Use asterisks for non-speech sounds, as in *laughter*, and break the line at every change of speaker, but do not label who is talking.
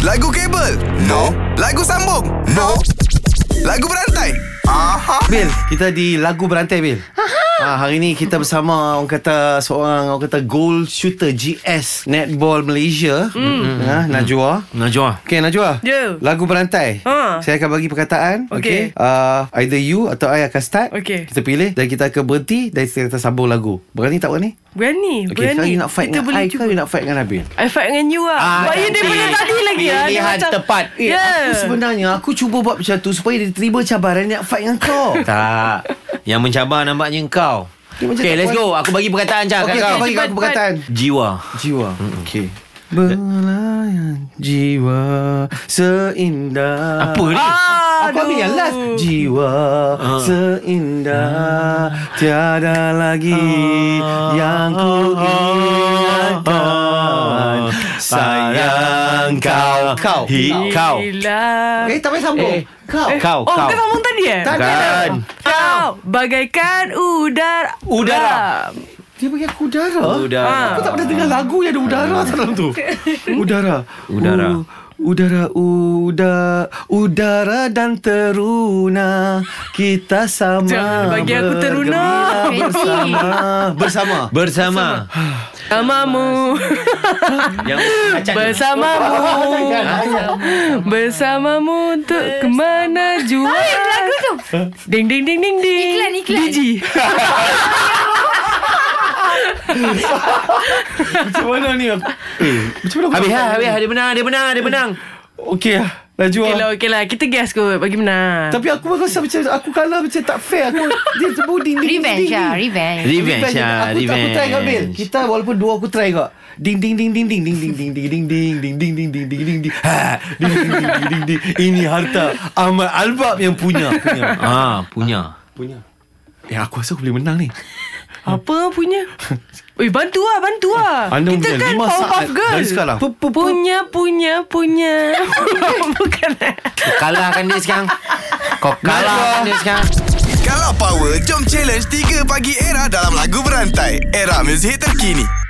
Lagu kabel? No. Lagu sambung? No. Lagu berantai? Aha.
Bil, kita di lagu berantai Bil. Ha, hari ni kita bersama orang kata seorang orang kata goal shooter GS Netball Malaysia. Mm. Ha, Najwa.
Najwa
Okey Najwa.
Hmm. Ya.
Lagu berantai.
Ha.
Saya akan bagi perkataan,
Okey.
okey. Uh, either you atau I akan start.
Okey.
Kita pilih dan kita akan berhenti dan kita akan sambung lagu. Berani tak berani?
Berani
Okey,
Berani
sekarang you nak fight
Kita
dengan
boleh
I ke
cuba Eh.
you nak fight dengan Nabil?
I fight dengan you lah
Ah,
ah, But you
cantik.
daripada tadi lagi ah. Dia
Pilihan
macam-
tepat.
Eh,
Yeah.
aku sebenarnya aku cuba buat macam tu supaya dia terima cabaran dia nak fight dengan
*laughs*
kau.
Tak Yang mencabar nampaknya engkau
Dia macam
Okay
tak
let's
puas.
go Aku bagi perkataan Cah
Okey,
okay,
kau
kau
bagi
cepat,
aku perkataan.
Jiwa
Jiwa. Okey. Berlayan jiwa seindah.
Apa ni?
Ah, aku ambil yang last Jiwa
Ah.
seindah Tiada lagi Yang ku inginkan Sayang kau Kau
Hi, kau
Bila
Eh tak payah sambung
Eh,
Kau
Eh,
kau, kau.
Oh kau sambung tadi eh
Bukan
Kau Bagaikan udara
Udara.
Dia bagi aku udara
Oh, Ah.
Udara.
Aku tak pernah dengar lagu yang ada udara dalam
*laughs*
tu Udara
Ah. Udara.
U- Udara udara udara dan teruna kita sama
Jangan bagi aku teruna.
bergembira bersama bersama
Bersama
Samamu
Yang acak tu.
Bersamamu Bersamamu Untuk ke mana jua lagu tu Ding ding ding ding ding
Iklan, iklan.
DJ
macam mana ni aku eh macam mana
Habis lah Habis lah Dia menang Dia menang Dia menang
okey lah laju
Okay lah
okay,
okay lah Kita gas kot Bagi menang
tapi aku rasa macam aku kalah macam tak fair aku dia sebuding ding
Revenge
ding, ding.
lah Revenge
Revenge lah
Aku, aku ah, try kau Bil
Revenge
Kita walaupun dua aku try kau Ding ding ding ding ding ding ding ding ding ding ding ding ding ding ding ding ding ha ding ding ding ding ding ding ini harta Ahmad Albab yang *laughs* punya punya
Ah, punya
punya Eh aku rasa aku boleh menang ni
Apa punya Oi bantu lah Bantu lah
Anda
Kita
punya
kan
lima
Powerpuff
saat
Girl
dari sekarang.
Pu- pu- Punya punya punya Bukan eh
Kalahkan dia sekarang Kau kalahkan dia sekarang
Kalau power, jom challenge 3 pagi era dalam lagu berantai. Era muzik terkini.